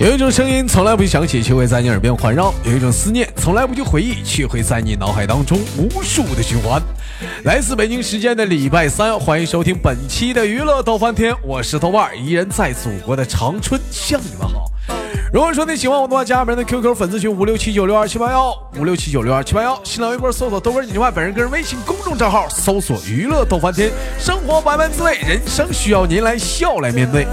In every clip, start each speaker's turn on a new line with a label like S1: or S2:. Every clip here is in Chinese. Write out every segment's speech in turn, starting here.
S1: 有一种声音从来不响起，却会在你耳边环绕；有一种思念从来不去回忆，却会在你脑海当中无数的循环。来自北京时间的礼拜三，欢迎收听本期的娱乐逗翻天，我是豆瓣儿，依然在祖国的长春向你们好。如果说你喜欢我的话，加我们的 QQ 粉丝群五六七九六二七八幺五六七九六二七八幺，新浪微博搜索“豆哥你之外”，本人个人微信公众账号搜索“娱乐逗翻天”，生活百般滋味，人生需要您来笑来面对。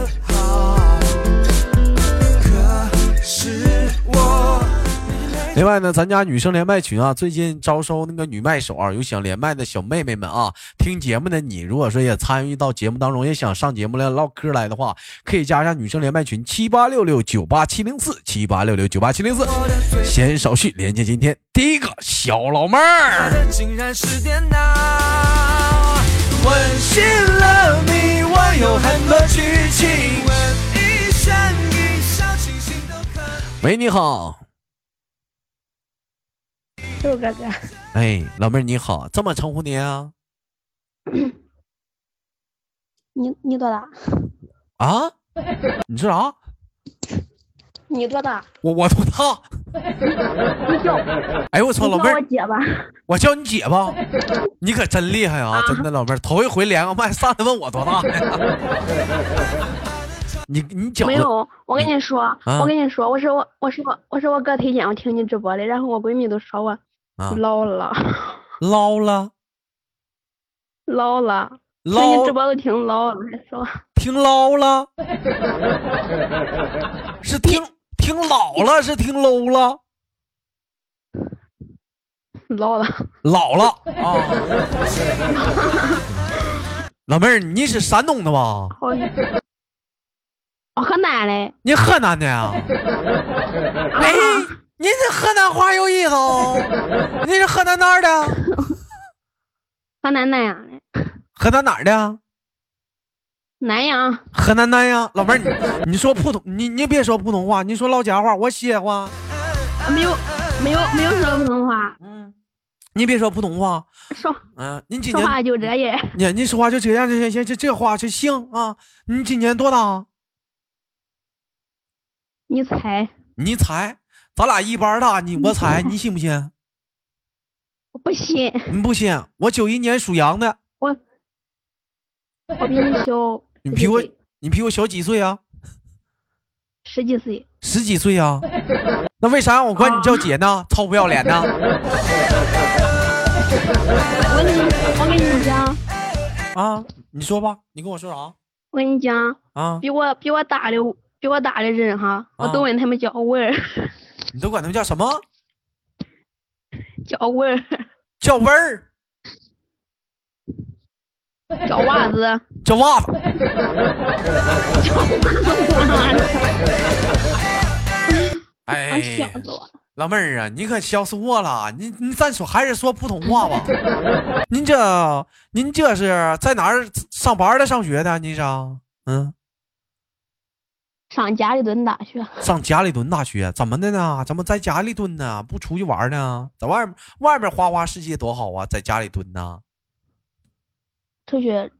S1: 另外呢，咱家女生连麦群啊，最近招收那个女麦手啊，有想连麦的小妹妹们啊，听节目的你，如果说也参与到节目当中，也想上节目来唠嗑来的话，可以加一下女生连麦群七八六六九八七零四七八六六九八七零四。闲言少叙，连接今天第一个小老妹儿。
S2: 竟然是电脑。吻醒了你，我有很多剧情。闻一声一笑，清醒都可
S1: 喂，你好，
S3: 豆哥哥，
S1: 哎，老妹儿你好，这么称呼你啊？
S3: 你你多大？
S1: 啊？你是啥？
S3: 你多大？
S1: 我我多大？哎呦我操，
S3: 你
S1: 老
S3: 叫
S1: 妹儿
S3: 我，姐吧。
S1: 我叫你姐 吧，你可真厉害啊！真的，老妹儿，头一回连个麦，上来问我多大呀？你你觉
S3: 没
S1: 得
S3: 有，我跟你说，
S1: 啊
S3: 我跟你说，我是我我是我我是我哥推荐我听你直播的，然后我闺蜜都说我
S1: 啊？
S3: 捞了
S1: 捞了
S3: 捞了，听
S1: 捞
S3: 你直播都听捞了，还说
S1: 听捞 了，是听听老了，是听 low 了，
S3: 捞了。
S1: 老了啊！老妹儿，你是山东的吧？
S3: 我我河南哦嘞，
S1: 你河南的呀？ 哎，你这河南话有意思哦。你是河南哪儿的？
S3: 河南南阳嘞，
S1: 河南哪儿的？
S3: 南阳
S1: 河南南阳。老妹儿，你你说普通，你你别说普通话，你说老家话，我歇话。
S3: 啊没有没有没有说普通话，
S1: 嗯，你别说普通话。
S3: 说
S1: 嗯、你今
S3: 说话
S1: 年
S3: 就这耶。
S1: 你你说话就这样，这这这这这话是行啊。你今年多大？
S3: 你猜
S1: 你猜？咱俩一般大，你我 猜，你信不信？
S3: 我不信，
S1: 你不信？我九一年属羊的，
S3: 我我比你小，
S1: 你比我你比我小几岁啊？
S3: 十几岁。
S1: 十几岁啊？那为啥让我管你叫姐 呢？臭不要脸的
S3: 我跟你，我跟你讲，
S1: 啊！你说吧，你跟我说啥
S3: 我跟你讲，
S1: 啊？
S3: 比我比我大的比我大的人哈，我都
S1: 啊
S3: 问他们叫文儿，
S1: 你都管他们叫什么？
S3: 叫文儿，
S1: 叫温儿，
S3: 叫娃 子，啊
S1: 叫袜子。
S3: 叫娃子，
S1: 哎
S3: 我，笑死我了。
S1: 老妹儿啊，你可笑死我了！您您咱说还是说普通话 吧。您这您这是在哪儿上班的？上学的？您是啊？嗯，
S3: 上家里蹲大学，
S1: 上家里蹲大学，怎么的呢？怎么在家里蹲呢？不出去玩呢？在外面外面花花世界多好啊，在家里蹲呢。
S3: 出去，
S1: 嗯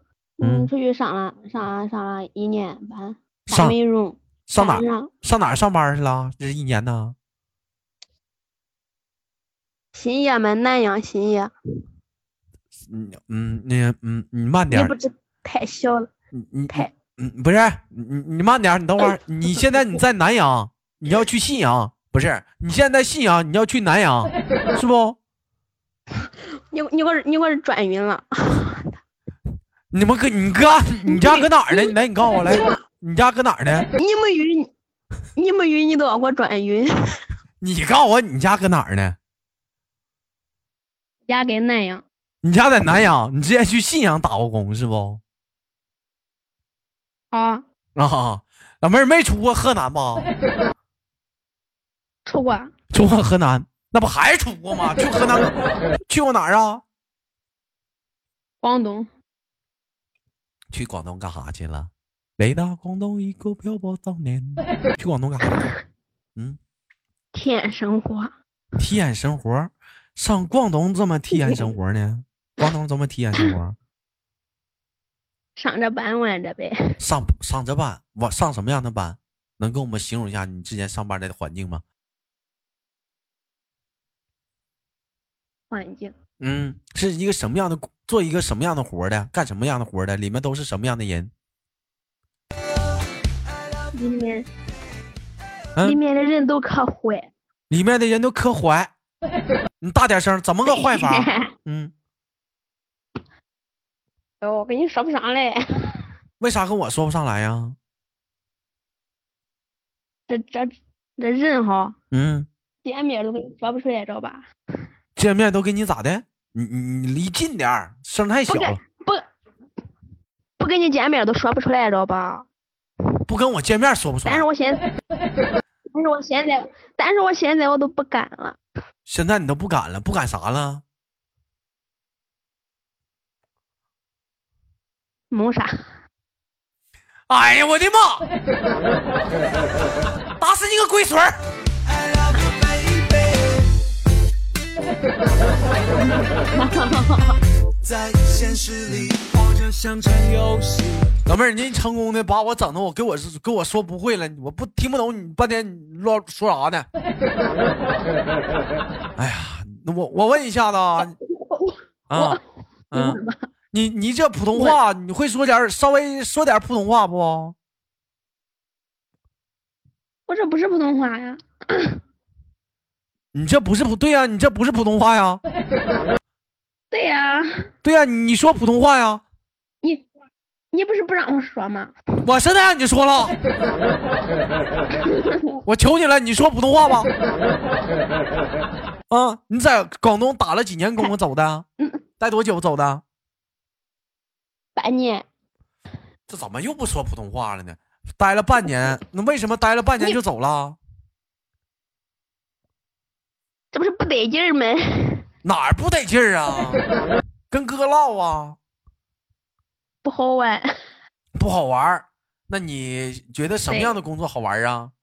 S3: 嗯，出去上了上了上了一年班，
S1: 上
S3: 打美容，
S1: 上哪儿
S3: 赶上
S1: 上哪儿上班去了？这一年呢？
S3: 新业嘛，南阳新业，
S1: 嗯嗯，你嗯你慢
S3: 你
S1: 点
S3: 不
S1: 儿，
S3: 知太小了，
S1: 你你
S3: 太
S1: 嗯不是你你慢点儿，你等会儿，你现在你在南阳，你要去信阳，不是？你现在在信阳，你要去南阳，是不？
S3: 你你给我你给我转晕了，
S1: 你们搁你哥，你家搁哪儿呢？你来，你告诉我来，你家搁哪儿呢？
S3: 你没晕，你没晕，你都要给我转晕。
S1: 你告诉我你家搁哪儿呢？
S3: 家给南阳，
S1: 你家在南阳，你之前去信阳打过工是不？
S3: 啊，
S1: 啊，老妹儿没出过河南吧？
S3: 出过。
S1: 出过河南，那不还出过吗？去河南，去过哪儿啊？
S3: 广东，
S1: 去广东干啥去了？来到广东一个漂泊少年。去广东干啥去？嗯，
S3: 体验生活，
S1: 体验生活。上广东怎么体验生活呢？广东怎么体验生活？
S3: 上着班玩着呗，
S1: 上上这班，我上什么样的班？能跟我们形容一下你之前上班的环境吗？
S3: 环境
S1: 嗯，是一个什么样的工，做一个什么样的活儿的，干什么样的活儿的，里面都是什么样的人？
S3: 里面
S1: 嗯
S3: 里面的人都可坏，
S1: 里面的人都可坏。你大点声，怎么个坏 法？
S3: 哎
S1: 嗯，
S3: 哦，我跟你说不上来，
S1: 为啥跟我说不上来呀？
S3: 这这这人哈，
S1: 嗯，
S3: 见面都跟你说不出来，知道吧？
S1: 见面都跟你咋的？你你你离近点儿，声太小
S3: 不跟
S1: 了。
S3: 不不跟你见面都说不出来，知道吧？
S1: 不跟我见面说不出
S3: 但
S1: 来
S3: 是。我现在，但是我现在，但是我现在我都不敢了，
S1: 现在你都不敢了，不敢啥了？
S3: 谋啥？
S1: 哎呀，我的妈！ 打死你个龟孙儿！
S2: I love you, baby 在现实里活着像场游戏，
S1: 老妹儿，你成功的把我整的，我给我给我说不会了，我不听不懂你半天你乱说啥呢？ 哎呀，那我我问一下子啊，啊，嗯，你你这普通话你会说点儿稍微说点儿普通话不？
S3: 我这不是普通话呀，
S1: 你这不是普对呀、你这不是普通话呀？
S3: 对呀、
S1: 对呀、你说普通话呀？
S3: 你你不是不让我说吗？
S1: 我现在让你说了，我求你了，你说普通话吧。啊，你在广东打了几年工啊？走的？待多久走的？啊
S3: 半年，
S1: 这怎么又不说普通话了呢？待了半年，那为什么待了半年就走了？
S3: 这不是不得劲儿吗？
S1: 哪儿不得劲儿啊？跟哥唠啊，
S3: 不好玩，
S1: 不好玩儿。那你觉得什么样的工作好玩儿啊？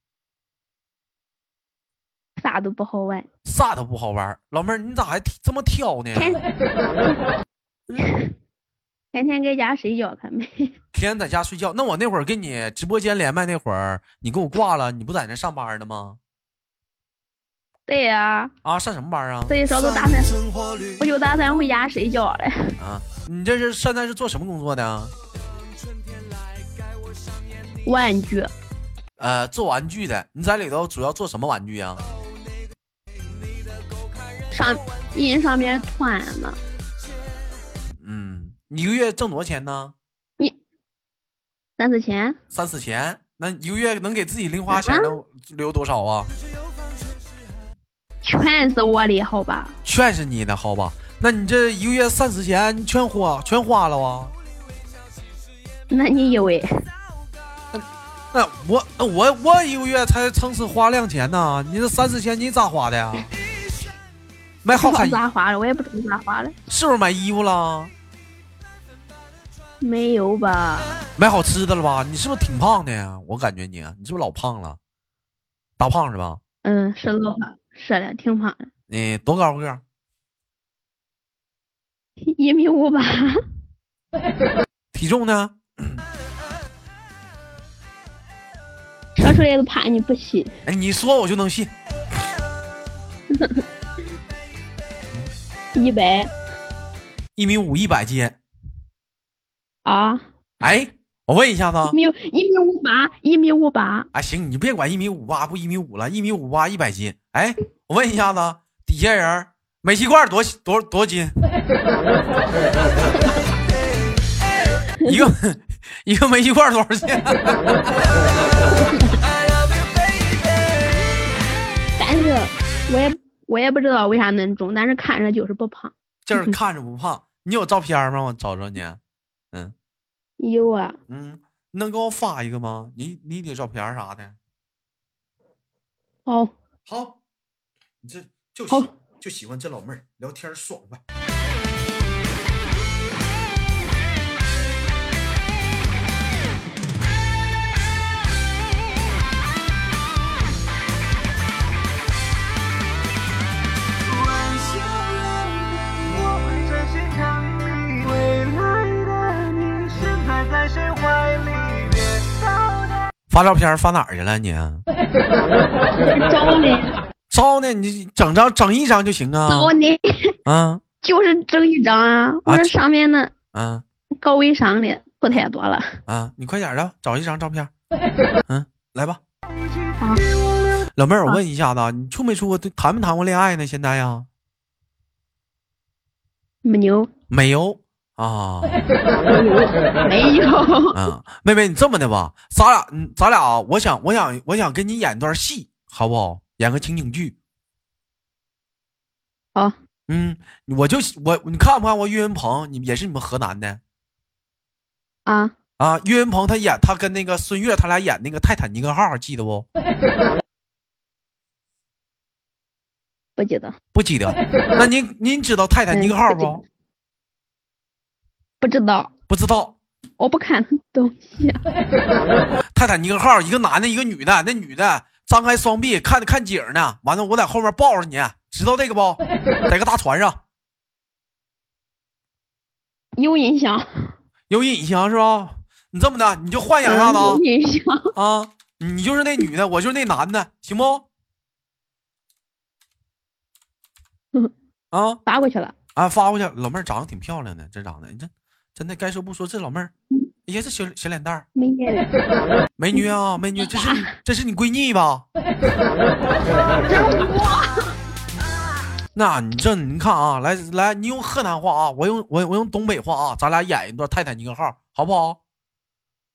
S3: 啥都不好玩。
S1: 啥都不好玩儿。老妹儿，你咋还这么挑 呢？
S3: 天 天天在家睡觉，看没？
S1: 天天在家睡觉。那我那会儿跟你直播间连麦那会儿，你给我挂了，你不在那上班呢吗？
S3: 对呀、
S1: 啊，上什么班啊？
S3: 所以说都打算，
S2: 生活里
S3: 我就打算回家睡觉了。
S1: 啊，你这是现在是做什么工作的啊？
S2: 春天来，该我上演你
S3: 玩具，
S1: 呃，做玩具的。你在里头主要做什么玩具啊？
S3: 上印上面团呢，
S1: 嗯，你一个月挣多少钱呢？
S3: 三四千，
S1: 三四千。那一个月能给自己零花钱能留多少啊？
S3: 全是我的，好吧？
S1: 全是你的，好吧？那你这一个月三四千全花全花了啊？
S3: 那你以为
S1: 那我那我我一个月才撑死花两千呢，你这三四千你咋花的呀？买好
S3: 不
S1: 看
S3: 知
S1: 衣
S3: 道咋花了？我也不知道咋花了，
S1: 是不是买衣服了？
S3: 没有吧？
S1: 买好吃的了吧？你是不是挺胖的呀？我感觉你，啊你是不是老胖了？大胖是吧？
S3: 嗯，是老胖，是的，挺胖的，
S1: 你多高个儿？
S3: 一米五八，
S1: 体重呢？
S3: 说出来都怕你不信。
S1: 哎，你说我就能信。
S3: 一百
S1: 一米五，一百斤。
S3: 啊，
S1: 哎，我问一下子啊
S3: 一，米一米五八，一米五八，
S1: 哎，行，你别管一米五八不一米五了，一米五八一百斤。哎，我问一下子啊，底下人儿煤气罐多多多斤？ 一个 一个煤气罐多少钱？啊
S2: I love you, baby
S3: 但是我也我也不知道为啥能中，但是看着就是不胖。
S1: 就是看着不胖。你有照片吗？我找找你。
S3: 有啊，
S1: 嗯，能给我发一个吗？你你的照片啥的。
S3: 哦，
S1: 好，你这就
S3: 好
S1: 喜就喜欢这老妹儿，聊天爽快。
S2: 晚上了你我会专心疼你，未来的你，现在在谁怀里？别到的。
S1: 发照片发哪儿去了你？
S3: 招你，
S1: 照呢？你整张整一张就行啊
S3: 招你，
S1: 啊
S3: 就是争一张啊！我
S1: 啊
S3: 说上面的
S1: 啊
S3: 高微商的错太多了，
S1: 啊！你快点儿的，找一张照片。嗯，来吧。老妹儿，我问一下子啊，你处没处过对谈没谈过恋爱呢？现在呀，
S3: 没牛
S1: 没有啊。
S3: 没有，
S1: 啊，妹妹，你这么的吧，咱俩，嗯咱俩啊，我想，我想，我想跟你演段戏，好不好？演个情景剧。
S3: 好，
S1: 嗯，我就我，你看不看过岳云鹏？你们也是你们河南的
S3: 啊，
S1: 啊？岳云鹏他演他跟那个孙越他俩演那个《泰坦尼克号》，记得不？
S3: 不记得，
S1: 不记得。那您您知道《泰坦尼克号》
S3: 嗯
S1: 不？
S3: 不知道，
S1: 不知道，
S3: 我不看东西，
S1: 《泰坦尼克号》一个男的，一个女的，那女的张开双臂看看景儿呢，完了我在后面抱着你，知道这个不？在个大船上。
S3: 有印象，
S1: 有印象是吧？你这么的，你就幻想一下子
S3: 有印象，
S1: 啊啊！你就是那女的，我就是那男的，行不？
S3: 嗯
S1: 啊
S3: 发过去了，
S1: 啊！发过去，老妹儿长得挺漂亮的，这长得，你这真的该说不说，这老妹儿，哎呀，这小小脸蛋儿，
S3: 没念
S1: 美女啊，美女，这是你这是你闺女 吧？那你这你看啊，来来，你用河南话啊，我用我我用东北话啊，咱俩演一段《泰坦尼克号》，好不好？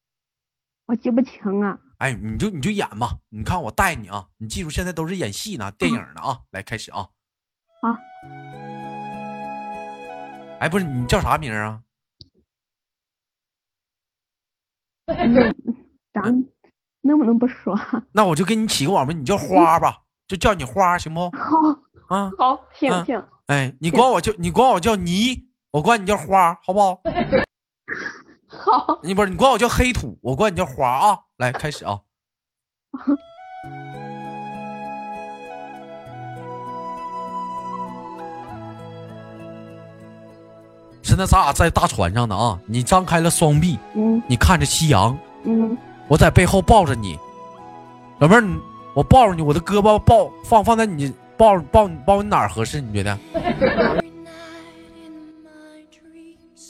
S3: 我记不清啊，
S1: 哎，你就你就演吧，你看我带你啊，你记住现在都是演戏呢，电影呢啊，来开始啊。
S3: 嗯好。
S1: 哎，不是你叫啥名儿啊？
S3: 嗯咱能不能不说？
S1: 那我就给你起个网名，你叫花
S3: 嗯
S1: 吧，就叫你花行不？
S3: 好，
S1: 啊，
S3: 好，行
S1: 嗯
S3: 行，
S1: 哎，你管我叫你管我叫泥，我管你叫花，好不好？
S3: 好，
S1: 你不是你管我叫黑土，我管你叫花啊。来开始啊。 现在咱俩在大船上呢啊！你张开了双臂，
S3: 嗯
S1: 你看着夕阳，
S3: 嗯，
S1: 我在背后抱着你，老妹儿，你我抱着你，我的胳膊抱放放在你抱抱你抱你哪儿合适？你觉得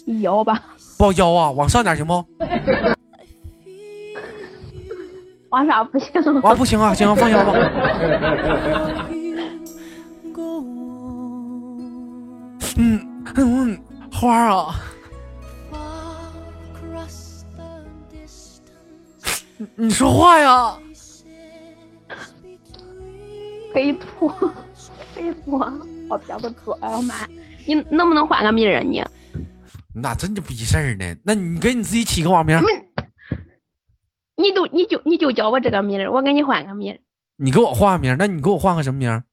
S3: 一摇吧，
S1: 抱腰啊，往上点行不？
S3: 往啥不行？
S1: 啊，不行啊，行啊，放腰吧。嗯嗯，花儿啊，你说话呀！
S3: 黑土，黑土，哎我憋不住，哎呀妈！你能不能换个名儿啊你？
S1: 你咋真就逼事儿呢？那你给你自己起个网名，
S3: 你都你就你就叫我这个名儿，我给你换个名儿，
S1: 你给我换个名，那你给我换个什么名？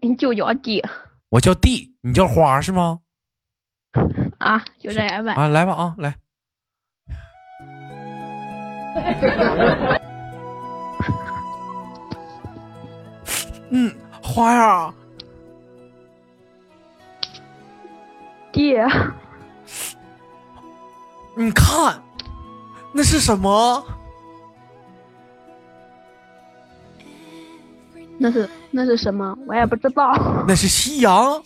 S3: 你就叫弟
S1: 我叫地，你叫花是吗？
S3: 啊，就这样吧。
S1: 啊，来吧啊，来。 嗯，花儿啊，
S3: 弟，
S1: 你看，那是什么？
S3: 那是那是什么？我也不知道。
S1: 那是夕阳，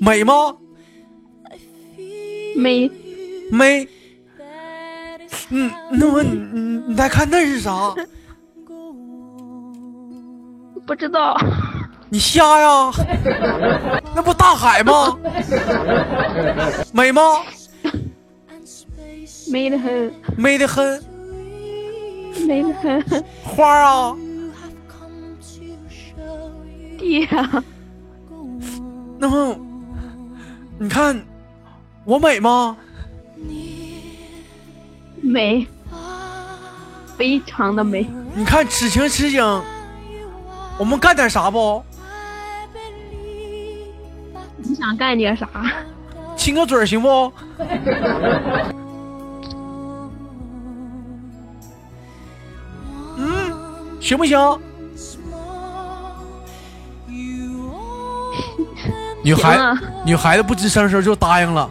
S1: 美吗？
S3: 没，
S1: 美。嗯，那我你你你再看那是啥？
S3: 不知道。
S1: 你瞎呀？ 那不大海吗？美吗？
S3: 美得很，
S1: 美得很。
S3: 美得 很。
S1: 花儿啊，
S3: 弟呀、
S1: 那么你看我美吗？
S3: 美，非常的美。
S1: 你看此情此景， 我们干点啥不？
S3: 你想干点啥？
S1: 亲个嘴儿行不？嗯，行不行？女孩、
S3: 行啊
S1: 女孩子不吱声的时候就答应了。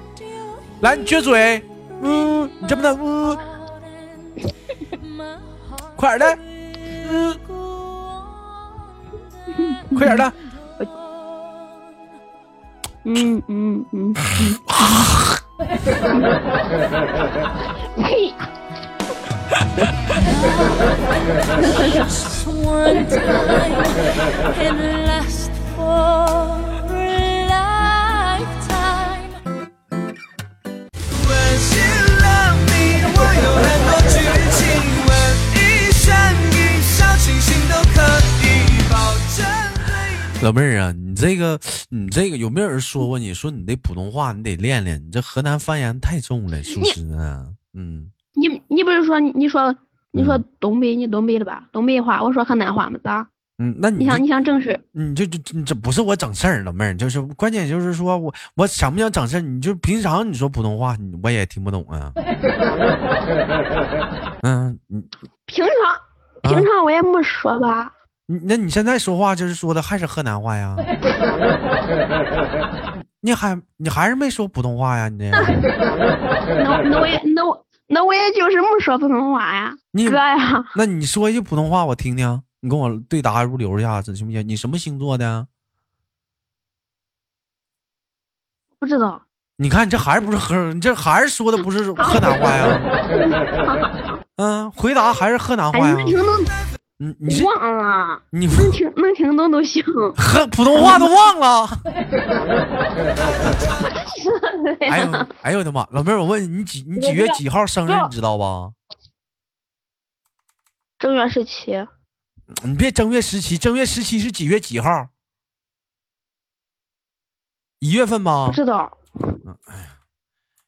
S1: 来，你撅嘴，嗯，你这么的，嗯，快点的， 嗯快点的，
S3: 嗯嗯嗯。嗯 呸！
S4: Just one time can last for a lifetime.
S2: 吻醒了你，我有很多剧情，吻一生一笑，清醒都可以保证对
S1: 老妹儿啊，你这个，你这个有没有人说过你？说你这普通话你得练练，你这河南方言太重了，属实啊。嗯，
S3: 你你不是说你你说你说
S1: 嗯
S3: 东北你东北的吧？东北话，我说河南话嘛，咋？
S1: 嗯，那
S3: 你
S1: 你
S3: 想你想正式？
S1: 你就就你这不是我整事儿，老妹儿，就是关键就是说我我想不想整事儿，你就平常你说普通话，你我也听不懂啊。 嗯，你
S3: 平常平常我也没说吧，
S1: 你那你现在说话就是说的还是河南话呀？ 你还你还是没说普通话呀？ 你这
S3: 那那我也那我那我也就是没说普通话呀，
S1: 你
S3: 哥呀，
S1: 那你说一句普通话我听听，你跟我对答如流一下子行不行？你什么星座的？
S3: 不知道。
S1: 你看你这还是不是河？你这还是说的不 是河南话呀？嗯，回答还是河南
S3: 哎，
S1: 话
S3: 能听
S1: 呀？
S3: 懂
S1: 你你是
S3: 忘了，
S1: 你
S3: 能听能听懂都行。
S1: 和 普通话都忘了。
S3: 对
S1: 哎呦哎呦我的妈！老妹儿，我问你，你几你几月几号生日？你知道吧？
S3: 正月十七，
S1: 你别正月十七，正月十七是几月几号？一月份吧
S3: 不。知道，啊
S1: 嗯哎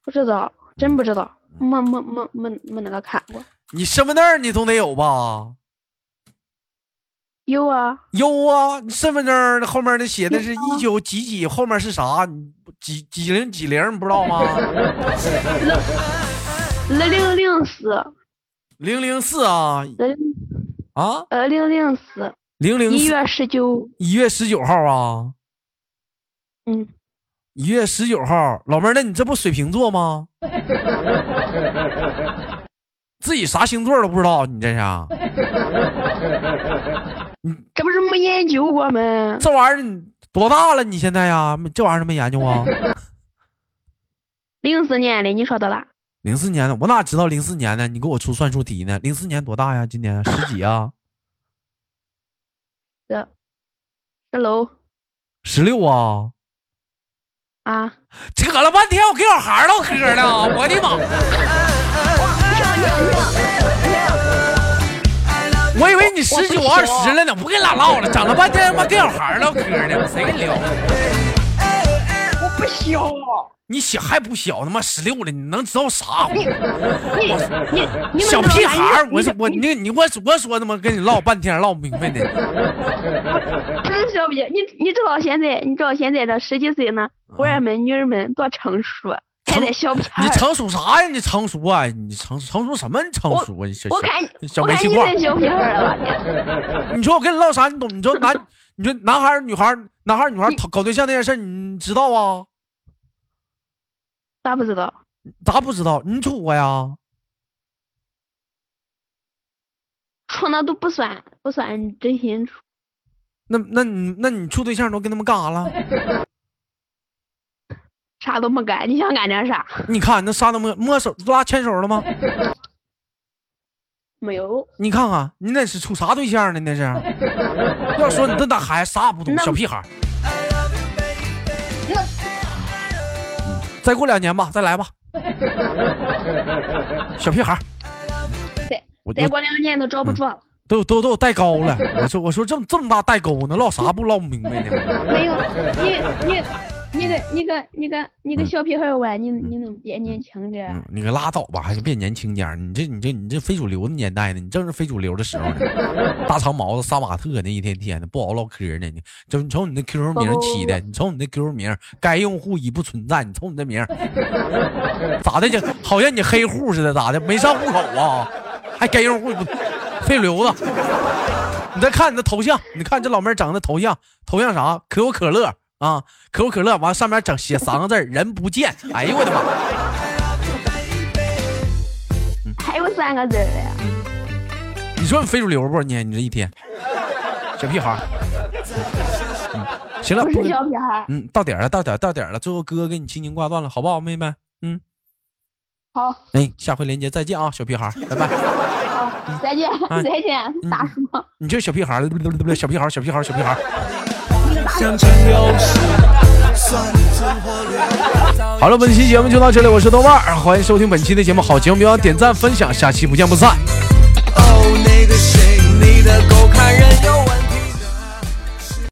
S3: 不知道，真不知道，没没没没没那个看过。
S1: 你身份证儿你总得有吧？
S3: 有啊，
S1: 有啊，你身份证儿后面那写的是一九几几，后面是啥？你几几零几零？你不知道吗？
S3: 二零零四，
S1: 零零四啊
S3: 零
S1: 啊，
S3: 二零零四，
S1: 零零
S3: 一
S1: 四
S3: 月十九，
S1: 一月十九号啊，
S3: 嗯，
S1: 一月十九号。老妹儿，那你这不水瓶座吗？自己啥星座都不知道，你这是？啊
S3: 这不是没研究过吗？
S1: 这玩意儿你多大了？你现在呀，没这玩意儿没研究啊？
S3: 零四年的，你说的啦，
S1: 零四年的，我哪知道零四年的？你给我出算术题呢？零四年多大呀？今年十几啊？
S3: 这这楼
S1: 十六啊？
S3: 啊，
S1: 扯了半天，我跟小孩儿唠嗑呢，我的妈！我以为你十九二十了呢，不跟俺唠了，整了半天他妈跟小孩儿唠嗑呢，谁跟你聊？啊
S3: 我不小，啊
S1: 你小还不小，他妈十六了，你能知道啥？
S3: 你你哎你
S1: 小屁孩儿，我
S3: 是
S1: 是我你你我我说他妈跟你唠半天唠不明白呢。
S3: 不是小屁，你你知道现在你知道现在这十几岁呢，姑娘们女人们多成熟，啊还得小屁孩
S1: 嗯你
S3: 儿。
S1: 成熟啥呀？你成熟啊？你成成熟什么？你成熟啊？你小
S3: 我看
S1: 小
S3: 我
S1: 煤
S3: 看
S1: 气
S3: 你
S1: 罐
S3: 太。小屁孩儿了吧
S1: 你说我跟你唠啥？你懂？你说男，你说男孩儿、女孩儿、男孩儿、女孩儿搞搞对象那件事儿，你知道啊？
S3: 你，咋不知道？
S1: 咋不知道？你处过呀？
S3: 处那都不算不算真心处，
S1: 那那你那你处对象都跟他们干啥了？
S3: 啥都没干。你想干点啥？
S1: 你看那啥都没摸手拉牵手了吗？
S3: 没有，
S1: 你看看你那是处啥对象呢？那是？要说你这大孩子啥也不懂，
S3: 那
S1: 小屁孩儿。再过两年吧，再来吧。小屁孩儿
S3: 再
S1: 我
S3: 再过两年都找不着了。
S1: 都都都有代沟了。我说我说这么这么大代沟呢，唠啥不唠不明白呢？
S3: 没有，你你你个你个你个你个小屁孩儿玩，你你能别年轻点儿？
S1: 嗯，你可拉倒吧，还是别年轻点儿。你这你这你这非主流的年代呢，你正是非主流的时候呢。大长毛子、杀马特呢，一天天的不好唠嗑呢。你就你瞅你那 QQ 名儿起的，你瞅你那 QQ 名儿，该用户已不存在。你瞅你那名儿，咋的？这好像你黑户似的，咋的？没上户口啊？还该用户不非流子？你再看你的头像，你看这老妹儿整的头像，头像啥？可口可乐啊，可口可乐，完上面整写三个字儿人不见。哎呦我的妈！
S3: 还有三个字儿嘞，
S1: 你说你非主流不？你你这一天，小屁孩儿。嗯，行了，
S3: 不
S1: 不
S3: 是
S1: 跟
S3: 小屁孩儿。
S1: 嗯，到点儿了，到点儿，到点儿了。最后哥给你轻轻挂断了，好不好，妹妹？嗯，
S3: 好，
S1: 哎，下回连接再见啊，小屁孩儿，拜拜。
S3: 再见，
S1: 哎
S3: 再见，大叔。
S1: 你这小屁孩儿，小屁孩儿，小屁孩儿，小屁孩儿。
S2: 像陈友是算出火
S1: 好了，本期节目就到这里，我是豆瓣儿，欢迎收听本期的节目。好节目别忘点赞分享，下期不见不散。
S2: 力。哦